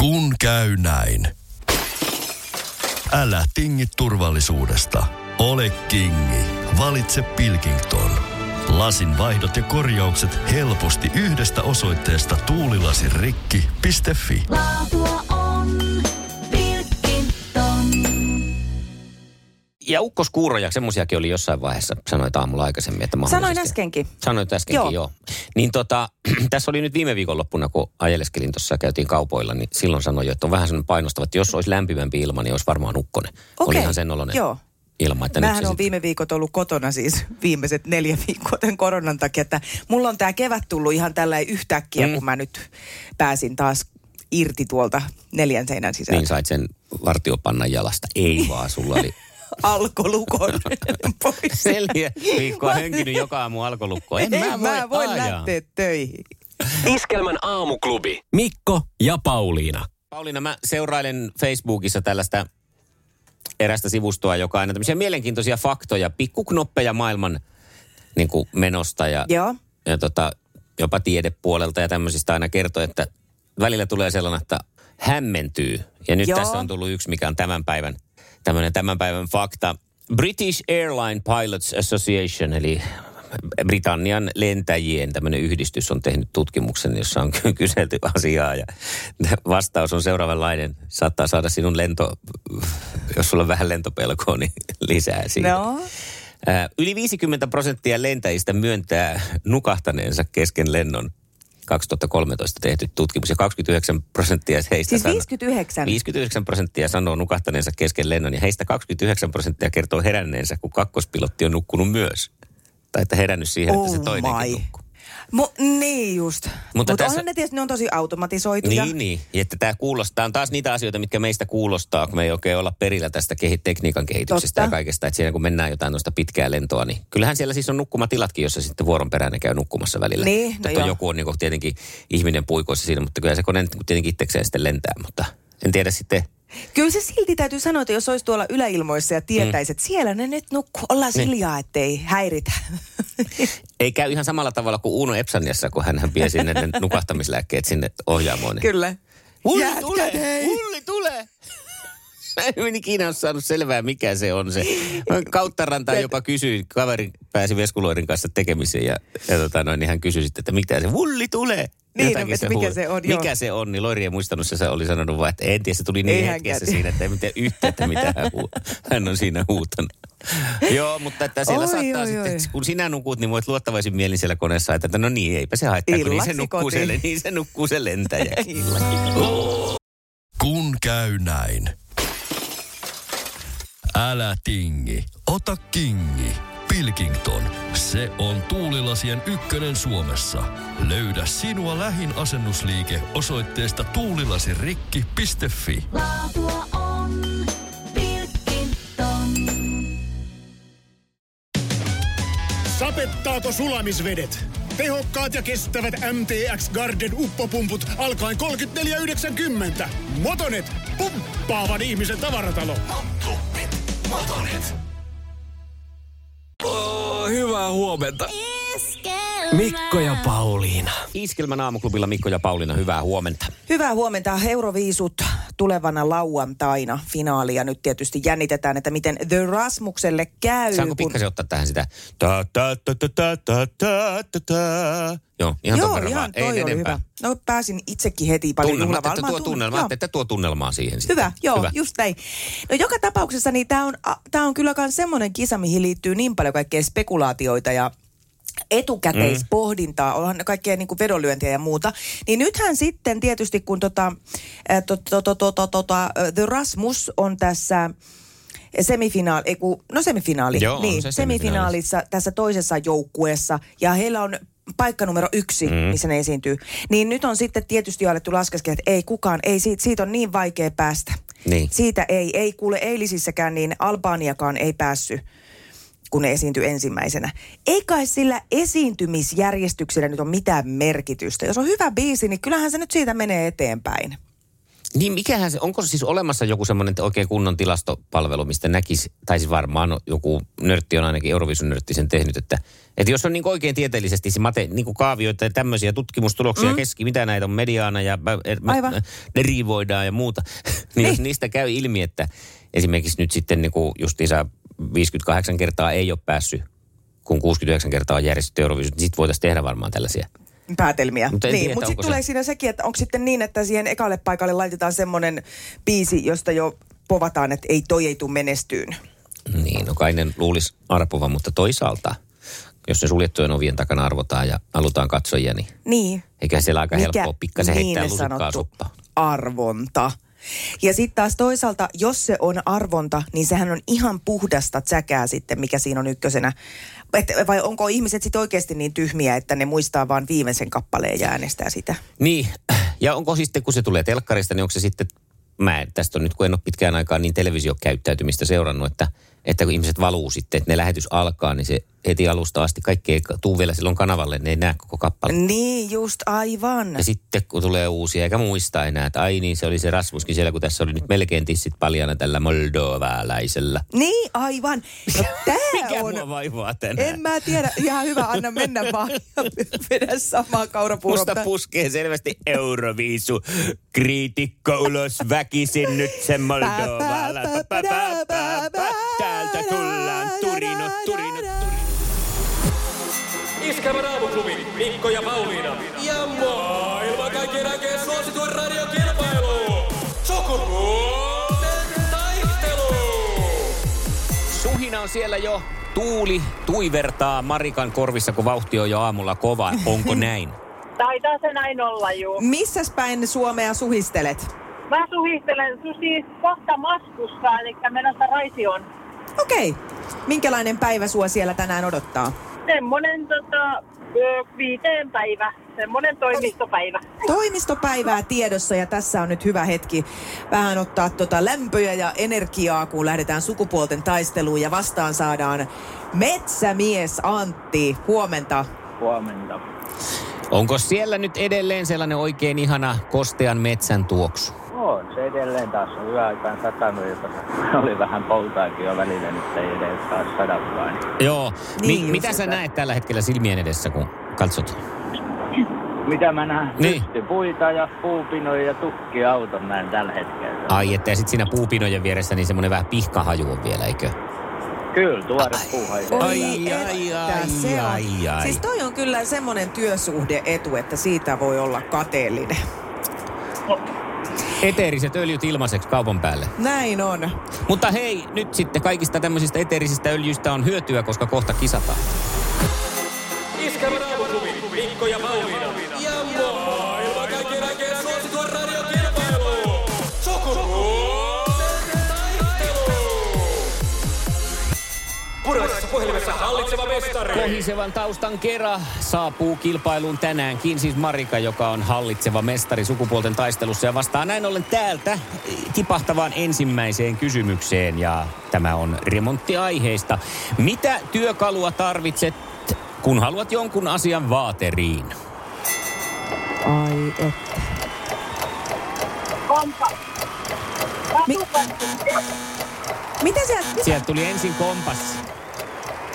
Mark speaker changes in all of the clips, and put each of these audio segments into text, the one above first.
Speaker 1: Kun käy näin. Älä tingi turvallisuudesta. Ole kingi. Valitse Pilkington. Lasin vaihdot ja korjaukset helposti yhdestä osoitteesta tuulilasirikki.fi.
Speaker 2: Laatua on Pilkington.
Speaker 3: Ja ukkoskuuroja, semmoisiakin oli jossain vaiheessa, sanoit aamulla aikaisemmin. Että
Speaker 4: Sanoin
Speaker 3: mahdollisesti-
Speaker 4: äskenkin.
Speaker 3: Sanoit äskenkin, joo.
Speaker 4: Joo.
Speaker 3: joo. Niin tota, tässä oli nyt viime viikonloppuna, kun ajeleskelin tuossa ja käytiin kaupoilla, niin silloin sanoin jo, että on vähän sellainen painostava, että jos olisi lämpimämpi ilma, niin olisi varmaan ukkonen. Oli
Speaker 4: Okei,
Speaker 3: ihan sen oloinen
Speaker 4: joo.
Speaker 3: ilma. Että
Speaker 4: Mähän
Speaker 3: nyt se
Speaker 4: on
Speaker 3: sit-
Speaker 4: viime viikot ollut kotona siis viimeiset neljä viikkoa tämän koronan takia, että mulla on tämä kevät tullut ihan tällä yhtäkkiä,
Speaker 3: Mm.
Speaker 4: mm. kun mä nyt pääsin taas irti tuolta neljän seinän sisältä.
Speaker 3: Niin sait sen vartiopannan jalasta. Ei
Speaker 4: Niin.
Speaker 3: vaan, sulla oli
Speaker 4: alkolukon pois.
Speaker 3: neljä viikkoa
Speaker 4: Mä-
Speaker 3: hönkinyt joka aamu alkolukkoon. En,
Speaker 4: En
Speaker 3: voi,
Speaker 4: mä voi
Speaker 3: ajaa.
Speaker 4: lähteä töihin.
Speaker 5: Iskelmän aamuklubi. Mikko ja Pauliina.
Speaker 3: Pauliina, mä seurailen Facebookissa tällaista erästä sivustoa, joka aina tämmöisiä mielenkiintoisia faktoja, pikkuknoppeja maailman niin kuin menosta ja,
Speaker 4: Joo.
Speaker 3: ja tota, jopa tiedepuolelta ja tämmöisistä aina kertoo, että välillä tulee sellainen, että hämmentyy. Ja nyt
Speaker 4: Joo.
Speaker 3: tässä on tullut yksi, mikä on tämän päivän, tämmöinen tämän päivän fakta. British Airline Pilots Association, eli Britannian lentäjien tämmöinen yhdistys on tehnyt tutkimuksen, jossa on ky- kyselty asiaa ja vastaus on seuraavanlainen. Saattaa saada sinun lento, jos sulla on vähän lentopelkoa, niin lisää siitä.
Speaker 4: No,
Speaker 3: Ää, Yli 50 prosenttia lentäjistä myöntää nukahtaneensa kesken lennon 2013 tehty tutkimus. Ja 29 prosenttia heistä
Speaker 4: siis
Speaker 3: sano-
Speaker 4: 59.
Speaker 3: 59 prosenttia sanoo nukahtaneensa kesken lennon ja heistä 29 prosenttia kertoo heränneensä, kun kakkospilotti on nukkunut myös. Tai että herännyt siihen, että se toinenkin nukkuu.
Speaker 4: Mu- niin just. Mutta Mut
Speaker 3: tässä-
Speaker 4: onhan ne tietysti, ne on tosi automatisoituja.
Speaker 3: Niin, niin. Ja Että tämä kuulostaa, on taas niitä asioita, mitkä meistä kuulostaa, kun me ei oikein olla perillä tästä kehi- tekniikan kehityksestä
Speaker 4: Totta.
Speaker 3: ja kaikesta. Että siinä kun mennään jotain noista pitkää lentoa, niin kyllähän siellä siis on nukkumatilatkin, jossa sitten vuoron perään ne käy nukkumassa välillä.
Speaker 4: Niin, no
Speaker 3: Totta
Speaker 4: joo.
Speaker 3: joku on niin tietenkin ihminen puikoissa siinä, mutta kyllä se kone nyt tietenkin itsekseen sitten lentää, mutta en tiedä sitten.
Speaker 4: Kyllä se silti täytyy sanoa, että jos olisi tuolla yläilmoissa ja tietäisi, että siellä ne nyt nukkuu, ollaan
Speaker 3: Mm. Niin.
Speaker 4: hiljaa, ettei häiritä.
Speaker 3: Ei käy ihan samalla tavalla kuin Uno Epsaniassa, kun hän vie sinne ne nukahtamislääkkeet sinne ohjaamoon. Niin
Speaker 4: Kyllä.
Speaker 3: Ulli
Speaker 4: Jätkät,
Speaker 3: tulee!
Speaker 4: hei!
Speaker 3: Ulli tulee! Mä en ikinä ole saanut selvää, mikä se on se. Mä Kautta rantaan jopa kysyin, kaveri pääsi Veskuloiden kanssa tekemiseen ja, ja tota noin, niin hän kysyi sitten, että mitä se vulli tulee.
Speaker 4: Niin,
Speaker 3: Jotakin
Speaker 4: no, että mikä
Speaker 3: huusi.
Speaker 4: se on, joo.
Speaker 3: Mikä se on, niin Lori ei muistanut, se se oli sanonut vaan, että en tiedä, se tuli niin
Speaker 4: Ei
Speaker 3: ei
Speaker 4: hän
Speaker 3: hetkessä
Speaker 4: tiedä.
Speaker 3: siinä, että ei mitään yhtä, että mitä hän, hu- hän on siinä huutanut. joo, mutta että siellä
Speaker 4: Oi,
Speaker 3: saattaa
Speaker 4: oi,
Speaker 3: sitten,
Speaker 4: oi.
Speaker 3: kun sinä nukut, niin voit luottavaisin mielin siellä koneessa ajatella, että no niin, eipä se haittaa, kun niin se,
Speaker 4: Illaksi
Speaker 3: nukkuu se,
Speaker 4: kotiin.
Speaker 3: niin se nukkuu se lentäjä.
Speaker 1: Kun käy näin. Älä tingi, ota kingi. Pilkington, se on tuulilasien ykkönen Suomessa. Löydä sinua lähin asennusliike osoitteesta tuulilasirikki.fi.
Speaker 2: Laatua on Pilkington.
Speaker 6: Sapettaako sulamisvedet? Tehokkaat ja kestävät MTX Garden uppopumput alkaen 34,90. Motonet, pumppaavan ihmisen tavaratalo.
Speaker 5: Oh, Hyvää huomenta.
Speaker 2: Iskelmä.
Speaker 5: Mikko ja Pauliina.
Speaker 3: Iskelmän aamuklubilla Mikko ja Pauliina, hyvää huomenta.
Speaker 4: Hyvää huomenta. Euroviisut tulevana lauantaina finaalia. Nyt tietysti jännitetään, että miten The Rasmukselle käy.
Speaker 3: Saanko pikkasen ottaa tähän sitä? Ta, ta, ta, ta, ta, ta, ta, ta, ta. Joo, ihan ton
Speaker 4: Joo,
Speaker 3: verran
Speaker 4: ihan
Speaker 3: vaan.
Speaker 4: toi
Speaker 3: Ei
Speaker 4: oli
Speaker 3: enempää.
Speaker 4: hyvä. No pääsin itsekin heti paljon
Speaker 3: Tunnelma, että
Speaker 4: juhlavaan.
Speaker 3: tuo
Speaker 4: Mä
Speaker 3: tunnelma,
Speaker 4: tunnen-
Speaker 3: että- että tuo tunnelmaa siihen Niin sitten.
Speaker 4: Hyvä, joo, Hyvä. just näin. No joka tapauksessa niin tämä on, a- tää on kyllä myös semmoinen kisa, mihin liittyy niin paljon kaikkea spekulaatioita ja etukäteispohdintaa, mm. onhan kaikkea niin kuin vedonlyöntiä ja muuta. Niin nythän sitten tietysti, kun tota, ää, to, to, to, to, to, to, The Rasmus on tässä semifinaali, ei kun, no semifinaali,
Speaker 3: Joo, on
Speaker 4: niin,
Speaker 3: se
Speaker 4: semifinaalissa tässä toisessa joukkueessa ja heillä on paikka numero yksi, mm. missä ne esiintyy. Niin nyt on sitten tietysti jo alettu laskeskella, että ei kukaan, ei siitä, siitä on niin vaikea päästä.
Speaker 3: Niin.
Speaker 4: Siitä ei, ei kuule eilisissäkään, niin Albaniakaan ei päässyt kun ne esiintyi ensimmäisenä. Ei kai sillä esiintymisjärjestyksellä nyt ole mitään merkitystä. Jos on hyvä biisi, niin kyllähän se nyt siitä menee eteenpäin.
Speaker 3: Niin mikähän se, onko siis olemassa joku semmoinen oikein kunnon tilastopalvelu, mistä näkisi, tai siis varmaan joku nörtti on ainakin Eurovision nörtti sen tehnyt, että, että jos on niin oikein tieteellisesti se mate, niin kuin kaavioita ja tämmöisiä tutkimustuloksia mm. keski, mitä näitä on mediaana ja mä, mä,
Speaker 4: Aivan.
Speaker 3: mä- derivoidaan ja muuta, niin, jos niistä käy ilmi, että esimerkiksi nyt sitten niin kuin justiinsa 58 kertaa ei ole päässyt, kun 69 kertaa on järjestetty Eurovision, niin sitten voitaisiin tehdä varmaan tällaisia.
Speaker 4: päätelmiä.
Speaker 3: Mutta en
Speaker 4: niin,
Speaker 3: tiedä,
Speaker 4: mutta
Speaker 3: onko
Speaker 4: sitten
Speaker 3: se-
Speaker 4: tulee siinä sekin, että onko sitten niin, että siihen ekalle paikalle laitetaan semmoinen biisi, josta jo povataan, että ei toi ei tuu menestyyn.
Speaker 3: Niin, no kai ne luulisi arpovan, mutta toisaalta, jos ne suljettujen ovien takana arvotaan ja halutaan katsojia, niin
Speaker 4: Niin.
Speaker 3: eiköhän siellä aika Mikä? helppoa pikkasen heittää
Speaker 4: niille
Speaker 3: lusikkaa
Speaker 4: niin sanottu
Speaker 3: soppaa.
Speaker 4: arvonta. Ja sitten taas toisaalta, jos se on arvonta, niin sehän on ihan puhdasta säkää sitten, mikä siinä on ykkösenä. Et, vai onko ihmiset sitten oikeasti niin tyhmiä, että ne muistaa vaan viimeisen kappaleen ja äänestää sitä?
Speaker 3: Niin, ja onko sitten, kun se tulee telkkarista, niin onko se sitten, mä en, tästä on nyt kun en ole pitkään aikaa niin televisiokäyttäytymistä seurannut, että, että kun ihmiset valuu sitten, että ne lähetys alkaa, niin se heti alusta asti kaikki ei tuu vielä silloin kanavalle, ne ei näe koko kappale.
Speaker 4: Niin, just aivan.
Speaker 3: Ja sitten kun tulee uusia, eikä muista enää, että ai niin, se oli se Rasmuskin siellä, kun tässä oli nyt melkein tissit paljana tällä moldovaläisellä.
Speaker 4: Niin, aivan. No, tää
Speaker 3: Mikä
Speaker 4: on...
Speaker 3: mua vaivaa tänään?
Speaker 4: En mä tiedä. Ihan hyvä, anna mennä vaan ja vedä samaa kaurapuuroa.
Speaker 3: Musta puskee selvästi euroviisu. Kriitikko ulos väkisin nyt se Moldovala. Pa, pa, pa, pa, pa. Täältä tullaan turino, turino, turino.
Speaker 5: Iskelmän aamuklubi, Mikko ja Pauliina. Ja maailman kaikkien aikeen suosituen radiokilpailu. Sukupuolten taistelu.
Speaker 3: Suhina on siellä jo. Tuuli tuivertaa Marikan korvissa, kun vauhti on jo aamulla kova. Onko näin?
Speaker 7: Taitaa se näin olla, juu.
Speaker 4: Missäs päin Suomea suhistelet?
Speaker 7: Mä suhistelen susi kohta maskussa, eli menossa Raisioon.
Speaker 4: Okei. Minkälainen päivä sua siellä tänään odottaa?
Speaker 7: Semmonen tota, ö, viiteen päivä, semmonen toimistopäivä.
Speaker 4: Toimistopäivää tiedossa ja tässä on nyt hyvä hetki vähän ottaa tota lämpöä ja energiaa, kun lähdetään sukupuolten taisteluun ja vastaan saadaan metsämies Antti. Huomenta.
Speaker 8: Huomenta.
Speaker 3: Onko siellä nyt edelleen sellainen oikein ihana kostean metsän tuoksu?
Speaker 8: On se edelleen taas on hyvä aikaan satanut, joka oli vähän poltaakin jo välillä, nyt ei edes taas sadakaan.
Speaker 3: Joo.
Speaker 4: Niin,
Speaker 3: Niin, Mi-
Speaker 4: just
Speaker 3: mitä sä
Speaker 4: sitä.
Speaker 3: näet tällä hetkellä silmien edessä, kun katsot?
Speaker 8: Mitä mä näen?
Speaker 3: Niin.
Speaker 8: Pystypuita ja puupinoja ja tukkiauton näin tällä hetkellä.
Speaker 3: Ai, että ja sitten siinä puupinojen vieressä niin semmoinen vähän pihkahaju on vielä, eikö?
Speaker 8: Kyllä, tuore puuhainen.
Speaker 3: Ai, ai,
Speaker 4: että
Speaker 3: ai,
Speaker 4: se on.
Speaker 3: ai, ai.
Speaker 4: Siis toi on kyllä semmoinen työsuhdeetu, että siitä voi olla kateellinen.
Speaker 3: Eteeriset öljyt ilmaiseksi kaupan päälle.
Speaker 4: Näin on.
Speaker 3: Mutta hei, nyt sitten kaikista tämmöisistä eteerisistä öljyistä on hyötyä, koska kohta kisataan.
Speaker 5: Iskelmän aamuklubi, Mikko ja Pauliina. Ja maailman kaikkien aikeen suosituen radiokilpailu. Sukupuolten taistelu. Punaisessa puhelimessa hallitseva mestari.
Speaker 3: Kohisevan taustan kera saapuu kilpailuun tänäänkin, siis Marika, joka on hallitseva mestari sukupuolten taistelussa ja vastaa näin ollen täältä tipahtavaan ensimmäiseen kysymykseen ja tämä on remonttiaiheista. Mitä työkalua tarvitset, kun haluat jonkun asian vaateriin?
Speaker 4: Ai että.
Speaker 7: Kompa.
Speaker 4: Mi-
Speaker 7: Vatupassi.
Speaker 4: Mitä sieltä?
Speaker 3: Sieltä tuli ensin kompassi,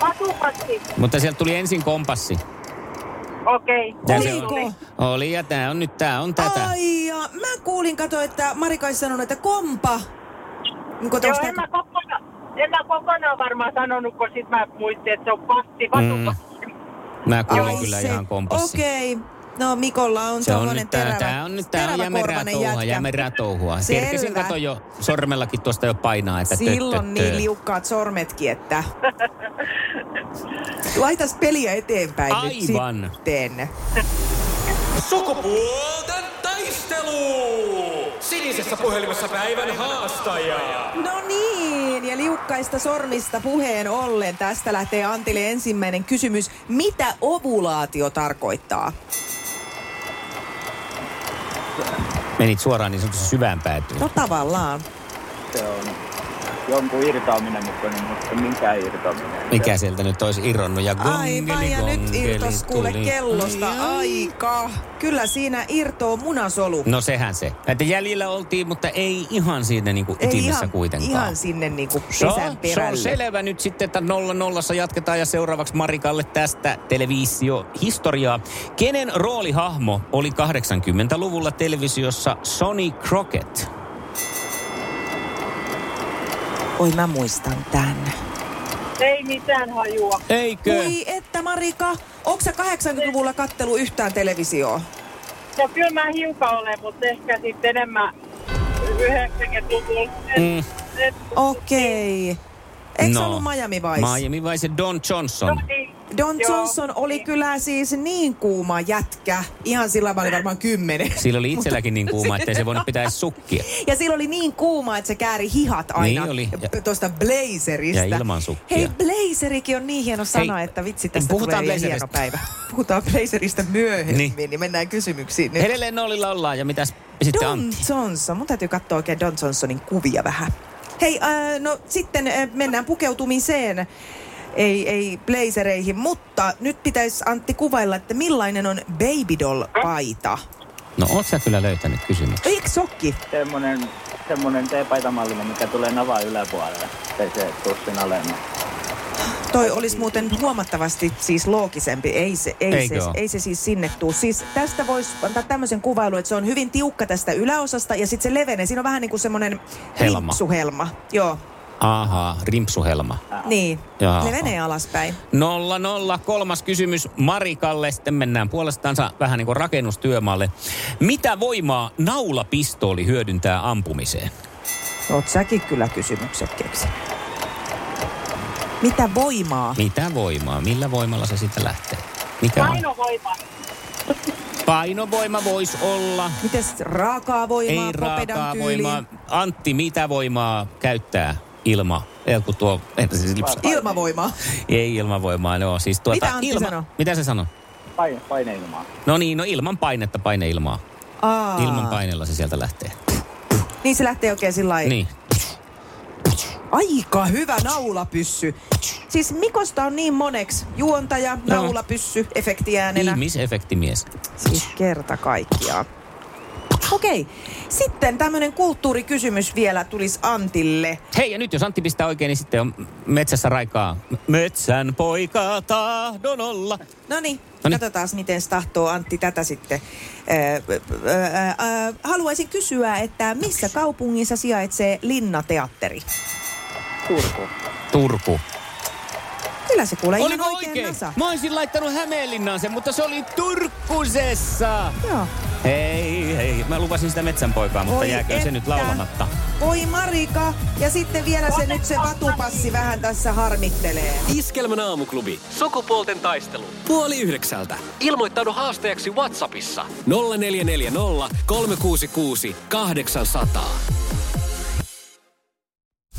Speaker 7: Vatupassi.
Speaker 3: mutta sieltä tuli ensin kompassi.
Speaker 7: Okei.
Speaker 3: Ja se
Speaker 4: Oliko?
Speaker 3: Oli ja tää on nyt, tää on tätä.
Speaker 4: Ai ja, mä kuulin kato, että Marika olisi sanonut, että kompa. Niin, kato,
Speaker 7: Joo,
Speaker 4: onks
Speaker 7: en
Speaker 4: tää-
Speaker 7: mä kokonaan, en mä kokonaan varmaan sanonut, kun sit mä muistin, että se on passi.
Speaker 3: Mm.
Speaker 7: Vatupassi.
Speaker 3: Mä kuulin
Speaker 4: Ai
Speaker 3: kyllä
Speaker 4: se.
Speaker 3: ihan kompassi.
Speaker 4: Okei. No Mikolla on
Speaker 3: Se on
Speaker 4: tommonen
Speaker 3: nyt, tää,
Speaker 4: terävä,
Speaker 3: tää on nyt tää on jämerää
Speaker 4: teräväkorvainen
Speaker 3: touhua,
Speaker 4: jätkä.
Speaker 3: jämerää touhua.
Speaker 4: Selvä.
Speaker 3: Kerkesin kato jo sormellakin tuosta jo painaa, että tö, tö,
Speaker 4: Silloin
Speaker 3: tö.
Speaker 4: niin liukkaat sormetkin, että... Laitas peliä eteenpäin
Speaker 3: Aivan.
Speaker 4: nyt sitten.
Speaker 5: Sukupuolten taistelu. Sinisessä puhelimessa päivän haastaja.
Speaker 4: No niin, ja liukkaista sormista puheen ollen. Tästä lähtee Antille ensimmäinen kysymys. Mitä ovulaatio tarkoittaa?
Speaker 3: Menit suoraan niin sanotusti syvään päätyyn.
Speaker 4: No tavallaan.
Speaker 8: Se on jonkun irtaaminen mukana, mutta minkä irtaaminen.
Speaker 3: Mikä sieltä nyt olisi irronnut? Ja gongeli,
Speaker 4: Aivan, ja nyt
Speaker 3: gongeli
Speaker 4: irtos kuule
Speaker 3: tuli.
Speaker 4: kellosta aika. Kyllä siinä irtoo munasolu.
Speaker 3: No sehän se. Että jäljellä oltiin, mutta ei ihan siitä niinku ytimessä
Speaker 4: ihan,
Speaker 3: kuitenkaan.
Speaker 4: ihan sinne niinku
Speaker 3: Se on-
Speaker 4: pesän
Speaker 3: se on
Speaker 4: perälle.
Speaker 3: selvä nyt sitten, että nolla nollassa jatketaan ja seuraavaksi Marikalle tästä televisiohistoriaa. Kenen roolihahmo oli 80-luvulla televisiossa Sonny Crockett?
Speaker 4: Oi mä muistan tän.
Speaker 7: Ei mitään hajua.
Speaker 3: Eikö?
Speaker 4: Voi että Marika, onko sä 80-luvulla kattelu yhtään televisioa?
Speaker 7: No kyllä mä hiukan olen, mutta ehkä sitten enemmän 90-luvulla.
Speaker 3: Mm.
Speaker 7: Mm. Et,
Speaker 4: Okei. Okay. Eikö no. ollut Miami Vice?
Speaker 3: Miami Vice ja Don Johnson.
Speaker 7: niin,
Speaker 4: Don
Speaker 7: joo.
Speaker 4: Johnson oli kyllä siis niin kuuma jätkä. Ihan sillä mä olin varmaan kymmenen.
Speaker 3: Sillä oli itselläkin niin kuuma, ettei se voinut pitää edes sukkia.
Speaker 4: Ja sillä oli niin kuuma, että se kääri hihat aina
Speaker 3: Niin oli. Ja-
Speaker 4: tuosta blazerista.
Speaker 3: Ja ilman sukkia.
Speaker 4: Hei, blazerikin on niin hieno sana,
Speaker 3: Hei,
Speaker 4: että vitsi, tästä
Speaker 3: puhutaan
Speaker 4: tulee vielä hieno
Speaker 3: blazerista.
Speaker 4: päivä. Puhutaan blazerista myöhemmin,
Speaker 3: Niin.
Speaker 4: niin, niin mennään kysymyksiin nyt.
Speaker 3: Edelleen nollilla ollaan ja mitäs sitten
Speaker 4: Don
Speaker 3: Antti?
Speaker 4: Johnson. Mun täytyy katsoa oikein Don Johnsonin kuvia vähän. Hei, äh, no sitten äh, mennään pukeutumiseen. Ei, ei blazereihin, mutta nyt pitäisi Antti kuvailla, että millainen on babydoll-paita.
Speaker 3: No oot sä kyllä löytänyt kysymyksen.
Speaker 4: Eikö sokki?
Speaker 8: Semmonen, semmonen teepaitamallinen, mikä tulee navaa yläpuolelle. Se se tussin alemmas.
Speaker 4: Toi olisi muuten huomattavasti siis loogisempi. Ei se, ei, se,
Speaker 3: Eikö oo?
Speaker 4: ei se siis sinne tuu. Siis tästä voisi antaa tämmöisen kuvailun, että se on hyvin tiukka tästä yläosasta ja sitten se levenee. Siinä on vähän niin kuin semmoinen
Speaker 3: Helma.
Speaker 4: rimpsuhelma. Joo,
Speaker 3: Aha, rimpsuhelma.
Speaker 4: niin.
Speaker 3: Jaa.
Speaker 4: Levenee alaspäin.
Speaker 3: Nolla nolla, kolmas kysymys Marikalle. Sitten mennään puolestansa vähän niin kuin rakennustyömaalle. Mitä voimaa naulapistooli hyödyntää ampumiseen?
Speaker 4: Oot säkin kyllä kysymykset keksinyt. Mitä voimaa?
Speaker 3: Mitä voimaa? Millä voimalla se sitten lähtee? Mikä on?
Speaker 7: painovoima.
Speaker 3: Painovoima voisi olla.
Speaker 4: Mites raakaa voimaa,
Speaker 3: Ei
Speaker 4: popedan
Speaker 3: raakaa
Speaker 4: tyyliin?
Speaker 3: voimaa. Antti, mitä voimaa käyttää ilma? Ei, kun tuo, siis lips-
Speaker 4: Ilmavoimaa.
Speaker 3: ei ilmavoimaa, no siis tuota...
Speaker 4: Mitä Antti
Speaker 3: ilma,
Speaker 4: sanoi?
Speaker 3: Mitä se sanoi?
Speaker 8: Paine, paineilmaa.
Speaker 3: No niin, no ilman painetta, paineilmaa.
Speaker 4: Aa,
Speaker 3: Ilman painella se sieltä lähtee.
Speaker 4: Niin se lähtee oikein sillä lailla.
Speaker 3: Niin.
Speaker 4: Aika hyvä naulapyssy. Siis Mikosta on niin moneksi juontaja, naulapyssy,
Speaker 3: Niin,
Speaker 4: efektiäänenä.
Speaker 3: Ihmisefektimies.
Speaker 4: Siis kerta kaikkiaan. Okei, sitten tämmöinen kulttuurikysymys vielä tulisi Antille.
Speaker 3: Hei, ja nyt jos Antti pistää oikein, niin sitten on metsässä raikaa. Metsän poika tahdon olla.
Speaker 4: No niin,
Speaker 3: Noniin.
Speaker 4: katsotaan miten se tahtoo Antti tätä sitten. Öö, öö, öö, haluaisin kysyä, että missä kaupungissa sijaitsee Linnateatteri?
Speaker 8: Turku.
Speaker 3: Turku.
Speaker 4: Kyllä se kuulee
Speaker 3: Oliko
Speaker 4: ihan
Speaker 3: oikein?
Speaker 4: Nasa.
Speaker 3: Mä olisin laittanut Hämeenlinnaan sen, mutta se oli Turkkusessa.
Speaker 4: Joo.
Speaker 3: Hei, hei. Mä lupasin sitä metsänpoikaa, mutta
Speaker 4: Voi
Speaker 3: jääkö se
Speaker 4: että.
Speaker 3: nyt laulamatta?
Speaker 4: Oi Marika, ja sitten vielä se nyt se vatupassi vähän tässä harmittelee.
Speaker 5: Iskelmän aamuklubi. Sukupuolten taistelu. Puoli yhdeksältä. Ilmoittaudu haasteeksi Whatsappissa. 0440 366 800.